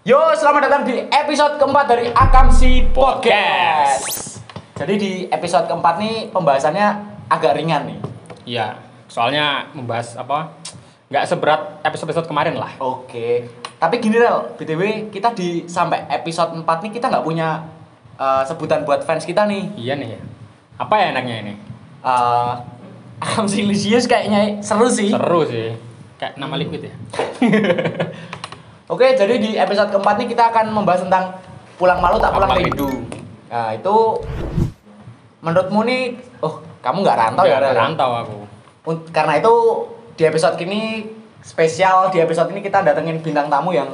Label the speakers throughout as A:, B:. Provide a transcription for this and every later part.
A: Halo, selamat datang di episode keempat dari Akamsi Podcast. Jadi di episode keempat nih pembahasannya agak ringan nih.
B: Iya, soalnya membahas apa? Nggak seberat episode-episode kemarin lah.
A: Oke. Tapi gini Rel, BTW kita di sampai episode 4 nih kita nggak punya eh, sebutan buat fans kita nih.
B: Iya nih. ya. Apa ya enaknya ini?
A: Eh, Akamsi Lucius kayaknya seru sih.
B: Seru sih. Kayak nama
A: Hmm.
B: liquid ya.
A: Oke, jadi di episode keempat nih kita akan membahas tentang pulang malu tak pulang
B: Apa
A: rindu. Nah, itu menurutmu nih, oh kamu nggak rantau ya?
B: Nggak
A: Rel?
B: rantau aku.
A: Un- karena itu di episode ini spesial di episode ini kita datengin bintang tamu yang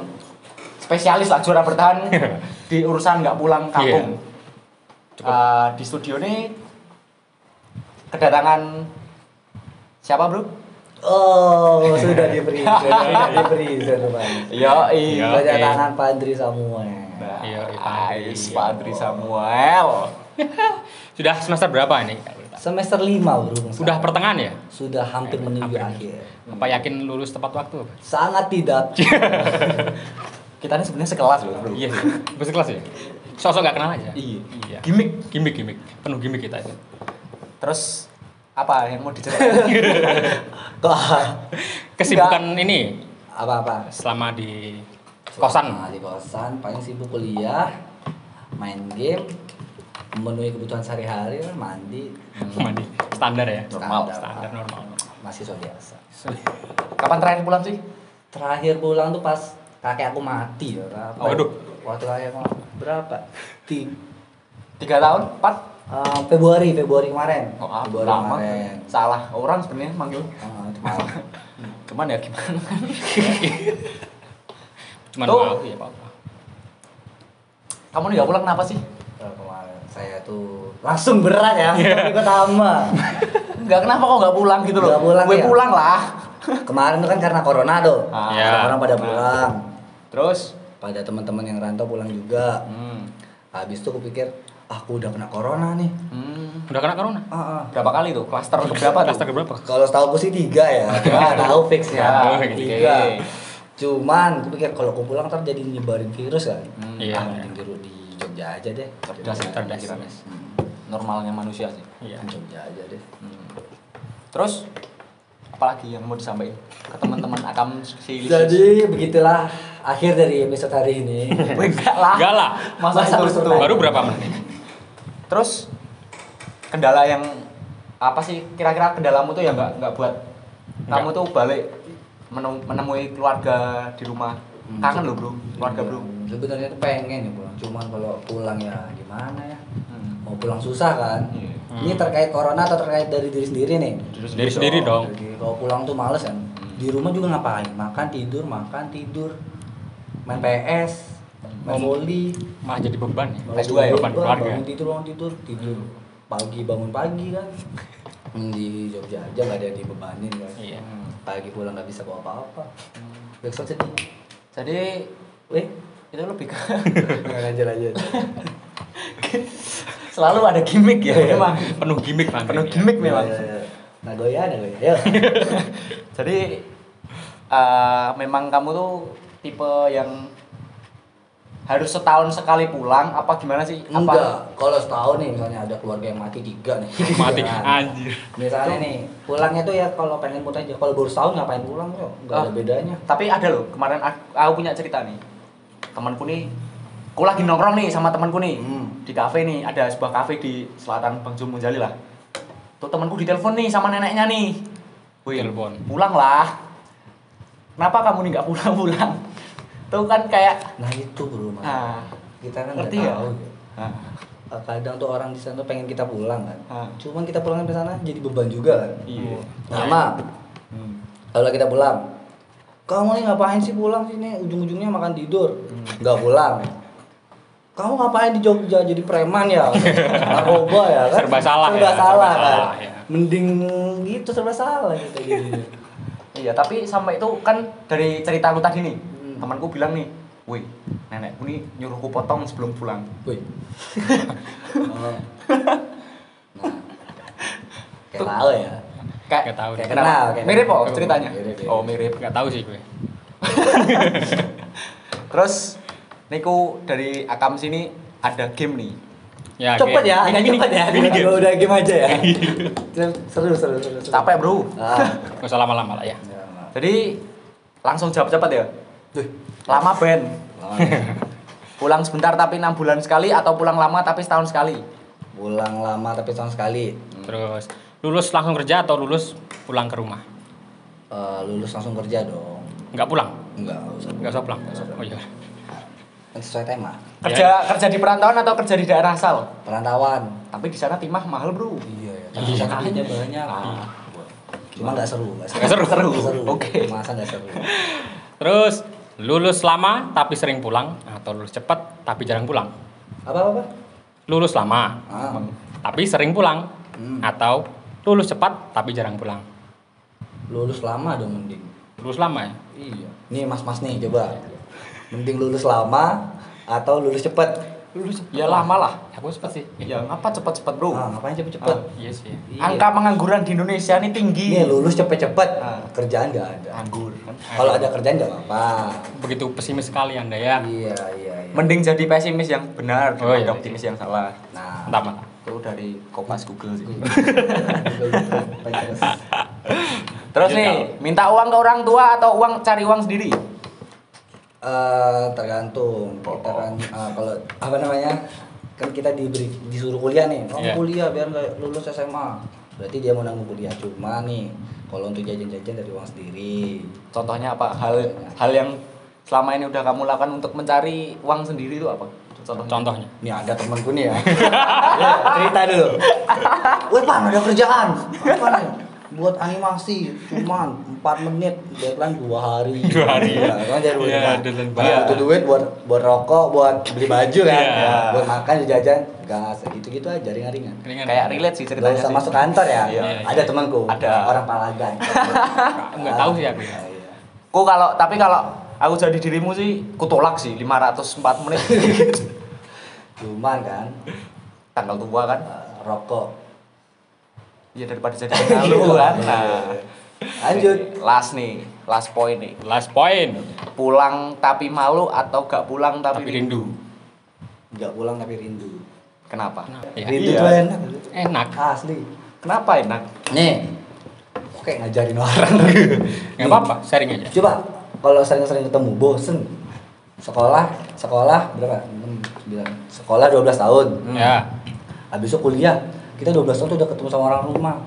A: spesialis lah juara bertahan di urusan nggak pulang kampung.
B: Iya. Cukup.
A: Eh, di studio ini kedatangan siapa bro?
C: Oh, sudah diberi, sudah diberi, sudah Pak.
A: Yo,
B: Iya,
C: Tanda
B: oke.
C: tangan Pandri Samuel.
B: Iya, iya,
A: Ais,
B: iya.
A: Pak Adri Ah, Samuel.
B: Sudah semester berapa ini?
C: Semester 5 bro.
B: Sudah pertengahan ya?
C: sudah hampir menuju
B: Hampir.
C: akhir.
A: Hmm.
B: Apa ya? Iya. yakin lulus tepat waktu?
C: Sangat tidak.
A: Kita ini sebenarnya sekelas loh bro.
B: Iya sih. Bus kelas ya? Sosok nggak kenal aja.
A: Iya.
B: Iya.
A: Gimik.
B: Gimik, gimik. Penuh gimik kita itu.
A: Terus apa yang mau diceritain?
C: Kok
B: Kesibukan ini
C: apa-apa?
B: selama di kosan.
C: Nah, di kosan paling sibuk kuliah, main game, memenuhi kebutuhan sehari-hari, mandi,
B: Mandi. Standar ya?
A: Normal.
B: Standar normal.
C: mahasiswa biasa.
A: Kapan terakhir pulang sih?
C: Terakhir pulang tuh pas kakek aku mati ya. Berapa?
B: Waduh.
C: Waktu kakek aku berapa? Tiga
A: Tiga tahun? Empat?
C: Eh, Februari, Februari kemarin.
A: Oh, ah,
C: Februari
A: lama.
C: kemarin.
A: Salah orang sebenarnya manggil.
C: Ah, itu malam.
A: Cuman ya gimana?
B: Cuman
A: Tuh.
B: mau ya apa-apa.
A: Kamu nih gak pulang kenapa sih?
C: Februari kemarin. Saya tuh langsung berat ya,
A: Iya.
C: tapi pertama.
A: Nggak kenapa kok nggak pulang gitu loh?
C: Nggak pulang
A: Gue
C: ya?
A: pulang lah.
C: Kemarin tuh kan karena corona tuh.
A: Ah,
B: Ya.
C: Orang pada
A: Nah.
C: pulang.
A: Terus?
C: Pada teman-teman yang rantau pulang juga.
A: Hmm.
C: Habis itu kupikir, "Ah, aku udah kena corona nih.
A: Hmm.
B: Udah kena corona?
C: Ah, ah.
A: Berapa kali tuh? Klaster berapa tuh?
B: Klaster keberapa?
C: Kalau setahu aku sih tiga ya, cuma nggak tahu fix
A: Ya,
C: ya.
B: oke.
C: Tiga. Cuman aku pikir kalau aku pulang ntar jadi nyebarin virus kan.
A: Hmm,
B: Iya.
C: Ah, mending di, di Jogja aja deh.
A: Cerdas ya,
B: Cerdas.
A: pikirannya. Hmm. Normalnya manusia sih.
B: Iya.
C: Jogja aja deh.
A: Hmm. Terus? Apalagi yang mau disampaikan ke teman-teman akam si
C: Jadi begitulah akhir dari episode hari ini.
A: enggak lah.
B: Enggak lah.
A: Masa,
C: Masa
A: itu,
C: itu?
A: itu.
B: Baru berapa menit?
A: Terus kendala yang apa sih kira-kira kendalamu tuh yang nggak nggak buat kamu tuh balik menem- menemui keluarga di rumah
C: Hmm.
A: kangen lo bro keluarga bro
C: Iya. Sebenarnya tuh pengen ya pulang. Cuman kalau pulang ya gimana ya?
A: Hmm.
C: Mau pulang susah kan?
A: Iya.
C: Ini terkait corona atau terkait dari diri sendiri nih?
B: Dari sendiri dong.
C: Jadi kalau pulang tuh males kan. Di rumah juga ngapain? Makan tidur, makan tidur, main PS, main
B: Ngomong.
C: volley,
B: Malah jadi beban ya.
C: malas
A: dua ya,
C: tidur,
B: beban keluarga.
C: bangun tidur, bangun tidur, tidur pagi bangun pagi kan. Hmm, Di Jogja aja nggak ada yang dibebanin kan.
B: Iya.
A: Hmm.
C: pagi pulang nggak bisa bawa apa-apa besok sedih
A: jadi
C: weh
A: itu lebih ke
C: aja aja
A: selalu ada gimmick iya. ya memang
B: Penuh gimmick kan.
A: penuh gimmick memang
C: nah goya nah goya Ayo.
A: jadi eh, memang kamu tuh tipe yang harus setahun sekali pulang apa gimana sih apa
C: enggak kalau setahun nih misalnya ada keluarga yang mati tiga nih
B: Mati.
C: Iya.
B: Anjir.
C: misalnya nih pulangnya tuh ya kalau pengen mood aja kalau baru setahun ngapain pulang kok nggak ada
A: Ah.
C: bedanya
A: Tapi ada loh, kemarin aku, aku punya cerita nih. Temanku nih, aku lagi nongkrong nih sama temanku nih.
C: Hmm.
A: Di kafe nih, ada sebuah kafe di selatan Bang Jum Munjali lah. Tuh temanku ditelepon nih sama neneknya nih. Wih,
B: Telepon.
A: pulang lah. Kenapa kamu nih nggak pulang-pulang? Tuh kan kayak
C: nah itu bro mas
A: ah,
C: kita kan nggak
A: ngerti ya?
C: tahu ya.
A: Ah,
C: Eh, kadang tuh orang di sana pengen kita pulang kan
A: Ah.
C: cuman kita pulang ke sana jadi beban juga kan
A: Iya.
C: sama kalau kita pulang kamu nih ngapain sih pulang sini ujung-ujungnya makan tidur
A: Hmm.
C: nggak pulang kamu ngapain di Jogja jadi preman ya narkoba ya kan
B: Serba salah
C: serba
B: ya,
C: salah
B: serba
C: kan
B: salah, ya.
C: mending gitu serba salah gitu jadinya.
A: Iya, tapi sampai itu kan dari ceritaku tadi nih,
C: Hmm.
A: temanku bilang nih, wih, nenekku nih nyuruhku potong sebelum pulang.
C: Woi. Oh. nah kayak tahu ya
A: Kayak
B: Nggak tahu
A: kayak
B: deh.
A: kenal,
C: Kenal,
A: mirip kok
C: kayak-
A: ceritanya.
C: Mirip, mirip.
A: Oh, mirip.
B: Enggak tahu sih gue.
A: Terus niku dari Akam sini ada game nih.
B: Ya, oke.
C: Cepet ya, agak cepet ya.
B: Mini game.
C: Agak udah game aja ya. seru, seru, seru. seru.
A: Capek, Bro.
C: Ah.
B: Nggak usah lama-lama lah ya.
A: Jadi langsung jawab cepat ya. Lama Ben. Pulang sebentar tapi enam bulan sekali atau pulang lama tapi setahun sekali.
C: Pulang lama tapi setahun sekali.
B: Terus lulus langsung kerja atau lulus pulang ke rumah?
C: Eh, lulus langsung kerja dong.
B: Nggak pulang?
C: Enggak, enggak usah.
B: Nggak usah pulang. Oh iya.
C: Kan sesuai tema.
A: Kerja
B: Ya.
A: kerja di perantauan atau kerja di daerah asal?
C: Perantauan.
A: Tapi di sana timah mahal, Bro.
C: Iya ya. Tapi bisa kerjanya banyak. Cuma nggak seru, nggak
A: Nggak seru.
C: Nggak
A: Oke.
C: Masa nggak seru.
B: Terus lulus lama tapi sering pulang atau lulus cepat tapi jarang pulang?
C: Apa apa? apa?
B: Lulus lama
C: Ah.
B: tapi sering pulang
C: Hmm.
B: atau lulus cepat tapi jarang pulang?
C: Lulus lama dong mending.
B: Lulus lama ya?
C: Iya. Nih mas-mas nih coba. Mending lulus lama atau lulus cepet? Lulus
A: Ya lama lah.
B: Aku cepat sih.
A: Ya ngapa cepet-cepet, Bro?
C: Ah, ngapain cepet-cepet?
A: Ah.
B: Iya sih.
C: Iya.
A: Angka pengangguran di Indonesia ini tinggi.
C: Nih lulus cepet-cepet, Nah,
A: Ah.
C: kerjaan nggak ada.
A: Anggur.
C: Kalau ada kerjaan nggak apa-apa.
B: Begitu pesimis sekali Anda ya.
C: Iya iya. iya.
A: Mending jadi pesimis yang benar
B: Oh,
A: daripada
B: iya.
A: optimis yang salah.
C: Nah,
B: Mantap, mantap.
A: Itu dari Kopas Google sih.
B: Iya.
C: terus.
A: Terus
B: Lanjut,
A: nih, minta uang ke orang tua atau uang cari uang sendiri?
C: Eh, tergantung kita kan eh, kalau apa namanya kan kita diberi disuruh kuliah nih kamu
B: Iya.
C: kuliah biar nggak lulus SMA berarti dia mau nanggung kuliah cuma nih kalau untuk jajan-jajan dari uang sendiri
A: Contohnya apa? Hal hal yang selama ini udah kamu lakukan untuk mencari uang sendiri itu apa? Contohnya.
B: Contohnya.
C: Ini ada temanku nih ya. Ya, cerita dulu. Wih, Pan, ada kerjaan. Apa nih? Buat animasi cuman 4 menit deadline 2 hari.
B: Dua hari, ya.
C: Ya, kan jadi
B: Iya,
C: duit. Nah,
B: deadline
C: Iya,
B: banget.
C: butuh duit buat buat rokok, buat beli baju kan.
B: Iya.
C: Buat makan, jajan, gas, gitu-gitu aja ringan-ringan.
B: Ringan.
A: Kayak relate sih
C: Gak
A: ceritanya.
C: usah
A: sih.
C: masuk kantor ya.
A: Iya,
B: iya.
C: Ada temanku,
A: Ada.
C: orang Palagan.
B: Enggak tahu sih aku.
C: Ah, iya.
A: Ku kalau tapi kalau aku jadi dirimu sih, ku tolak sih 504 menit.
C: Cuman kan
A: Tanggal tua kan?
C: eh, rokok.
A: Ya daripada jadi lalu kan. Nah.
C: Iya, Lanjut.
A: Last nih, last point nih.
B: Last point.
A: Pulang tapi malu atau gak pulang tapi,
B: Tapi rindu.
C: Nggak pulang tapi rindu.
A: Kenapa?
B: Kenapa ya?
C: Rindu
A: Iya.
C: tuh enak.
B: Enak.
C: Asli.
A: Kenapa enak?
C: Nih. Kok kayak ngajarin orang. Nih,
B: Enggak apa-apa, sharing aja.
C: Coba kalau sering-sering ketemu bosen. Sekolah, sekolah berapa? 6, 9. Sekolah 12 tahun.
A: Hmm.
B: Ya.
C: Habis itu kuliah, kita 12 tahun tuh udah ketemu sama orang rumah.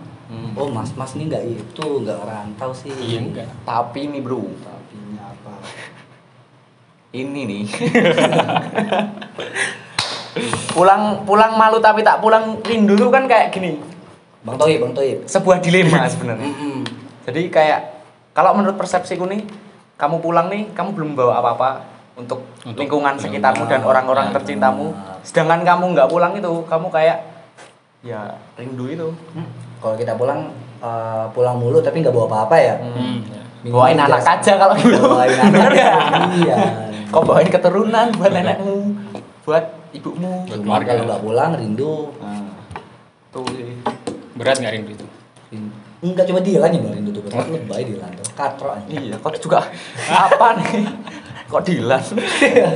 C: Oh, mas-mas nih nggak itu, nggak rantau sih.
B: Iya enggak.
A: Tapi nih bro,
C: Tapi apa?
A: ini nih. pulang pulang malu tapi tak pulang rindu tuh kan kayak gini.
C: Bang Toib, Bang Toib.
A: Sebuah dilema sebenarnya. Jadi kayak kalau menurut persepsiku nih, kamu pulang nih, kamu belum bawa apa-apa untuk,
B: Untuk
A: lingkungan
B: lingkungan,
A: sekitarmu dan orang-orang
B: ya,
A: tercintamu.
C: benar.
A: Sedangkan kamu nggak pulang itu, kamu kayak ya rindu itu.
C: Kalau kita pulang eh, pulang mulu tapi nggak bawa apa-apa ya.
B: Hmm. ya.
A: Bawain
C: Minimal
A: anak
C: jasa.
A: aja kalau gitu.
C: Bawain anak.
A: Bener nggak?
C: Iya.
A: Kau bawain keturunan buat anakmu, buat ibumu.
B: Buat
C: Cuma
B: keluarga.
C: kalau nggak pulang rindu
A: Tuh sih.
B: Berat nggak rindu itu?
C: Enggak coba dia aja ngeluarin tutup betul lebay dia lantai katro aja.
A: Iya, kok juga apa nih? Kok dilan? Iya.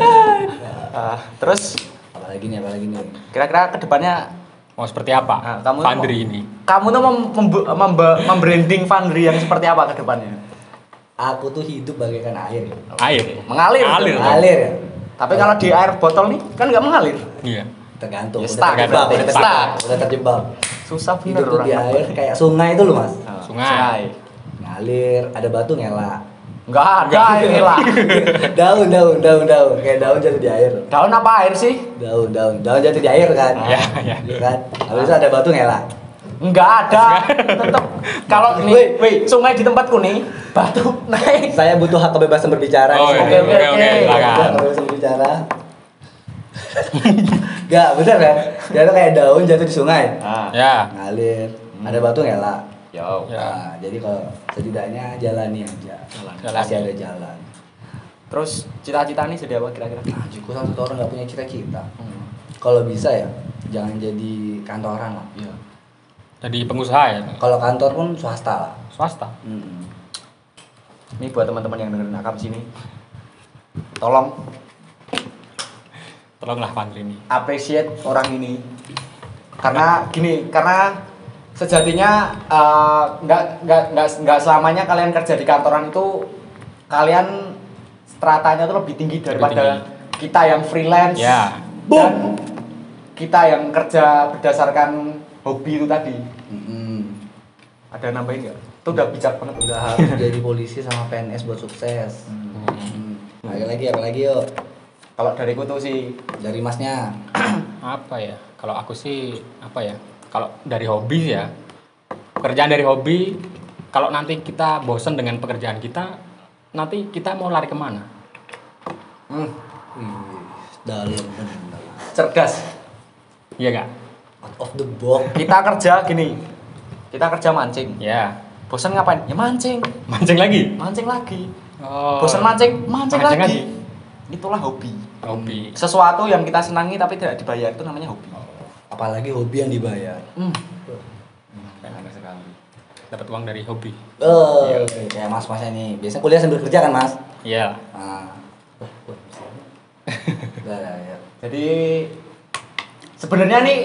A: Ah, terus
C: Apalagi nih apalagi nih.
A: kira-kira kedepannya
B: Mau seperti apa?
A: Ah, kamu
B: kamu
A: tuh
B: Fandri
A: mau-
B: ini.
A: kamu tuh mem membu- membe- membranding Fandri yang seperti apa kedepannya?
C: Aku tuh hidup bagaikan air. ya.
B: Air.
A: Mengalir.
B: Alir.
C: Mengalir ya.
A: Tapi kalau di air botol nih kan nggak mengalir,
B: Iya.
C: Tergantung.
A: Ya,
C: udah
A: stuck,
C: terjebak,
A: berarti
C: udah
A: stuck.
C: terjebak, udah terjebak.
A: susah bener
C: Hidup tuh
A: orang.
C: di air kayak sungai itu loh mas.
A: Ah,
B: Sungai.
C: Ngalir, ada batu ngelak.
A: Nggak ada ini lah.
C: daun, daun, daun, daun. Kayak daun jatuh di air.
A: Daun apa air sih?
C: Daun, daun, daun jatuh di air kan.
B: Iya, iya.
C: Iya kan. Habis itu ada batu ngelak.
A: Nggak ada. Tetep kalau nih, wih, sungai di tempatku nih batu naik.
C: Saya butuh hak kebebasan berbicara.
B: Oh,
C: nih.
A: Oke, oke,
B: iya. oke,
A: oke.
B: oke. Silakan.
C: Kalau bisa bicara. Gak, bener kan? Dia tuh kayak daun jatuh di sungai.
A: Ah,
B: Ya.
C: Ngalir. Ada batu ngelak.
A: yo.
B: Ya.
C: Nah, jadi kalau setidaknya jalani aja.
B: Jalani.
C: Masih ada jalan.
A: Terus cita-cita nih jadi apa kira-kira?
C: Nah, jika salah satu orang gak punya cita-cita.
B: Hmm.
C: Kalau bisa ya, jangan jadi kantoran lah.
B: Hmm.
A: Iya.
B: Jadi pengusaha ya.
C: Kalau kantor pun swasta lah.
B: Swasta.
C: Hmm.
A: Ini buat teman-teman yang dengerin akam sini. Tolong
B: Tolonglah Fandri ini.
A: appreciate orang ini karena gini karena sejatinya eh, nggak nggak nggak nggak selamanya kalian kerja di kantoran itu kalian stratanya tuh lebih tinggi daripada kita yang freelance
B: Ya.
A: dan kita yang kerja berdasarkan hobi itu tadi
C: Mm-mm.
A: ada nambahin nggak itu udah bijak banget udah
C: Nggak Hmm. harus jadi polisi sama PNS buat sukses. Hmm. Lagi lagi apa lagi yuk
A: kalau dari gue tuh sih
C: dari masnya.
B: Apa ya? Kalau aku sih apa ya? Kalau dari hobi ya, pekerjaan dari hobi. Kalau nanti kita bosen dengan pekerjaan kita, nanti kita mau lari kemana?
A: hmm,
C: Wih, dalam bener.
A: cerdas
B: Iya gak?
C: Out of the box.
A: kita kerja gini kita kerja mancing
B: Ya.
A: bosan ngapain ya mancing
B: Mancing lagi.
A: mancing lagi
B: Oh.
A: bosan mancing mancing,
B: Mancing
A: lagi.
B: lagi.
A: itulah hobi
B: Hobi.
A: sesuatu yang kita senangi tapi tidak dibayar itu namanya hobi
C: Apalagi hobi yang dibayar.
A: hmm.
B: Enak sekali. Dapat uang dari hobi.
C: Eh, kayak mas-masnya nih. Biasanya kuliah sambil kerja kan, Mas?
B: Iya.
C: Nah. Wah, wah, bisa. Udah, ya, ya.
A: jadi sebenarnya nih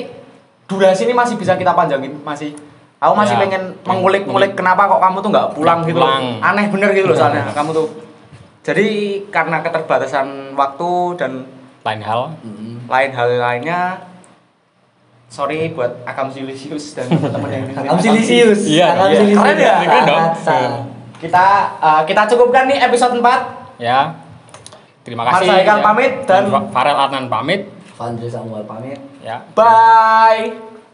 A: durasi ini masih bisa kita panjangin masih aku masih
B: Ya.
A: pengen mengulik-ngulik kenapa kok kamu tuh nggak Hmm. pulang gitu
B: Pulang.
A: loh. aneh bener gitu loh soalnya kamu tuh jadi karena keterbatasan waktu dan
B: Lain hal.
C: Mm-mm.
A: lain hal lainnya sorry buat Akam Silisius dan teman-teman yang dengerin
C: Akam Silisius.
B: Iya,
C: Akam
B: iya.
C: Silisius.
A: Keren ya?
B: Keren dong. Iya.
C: Sangat, sangat.
A: kita eh, kita cukupkan nih episode 4
B: Ya. Terima
A: Mas
B: kasih.
A: Haikal
B: ya.
A: pamit dan-
B: Farel Adnan pamit.
C: Fandri Samuel pamit.
B: Ya.
A: bye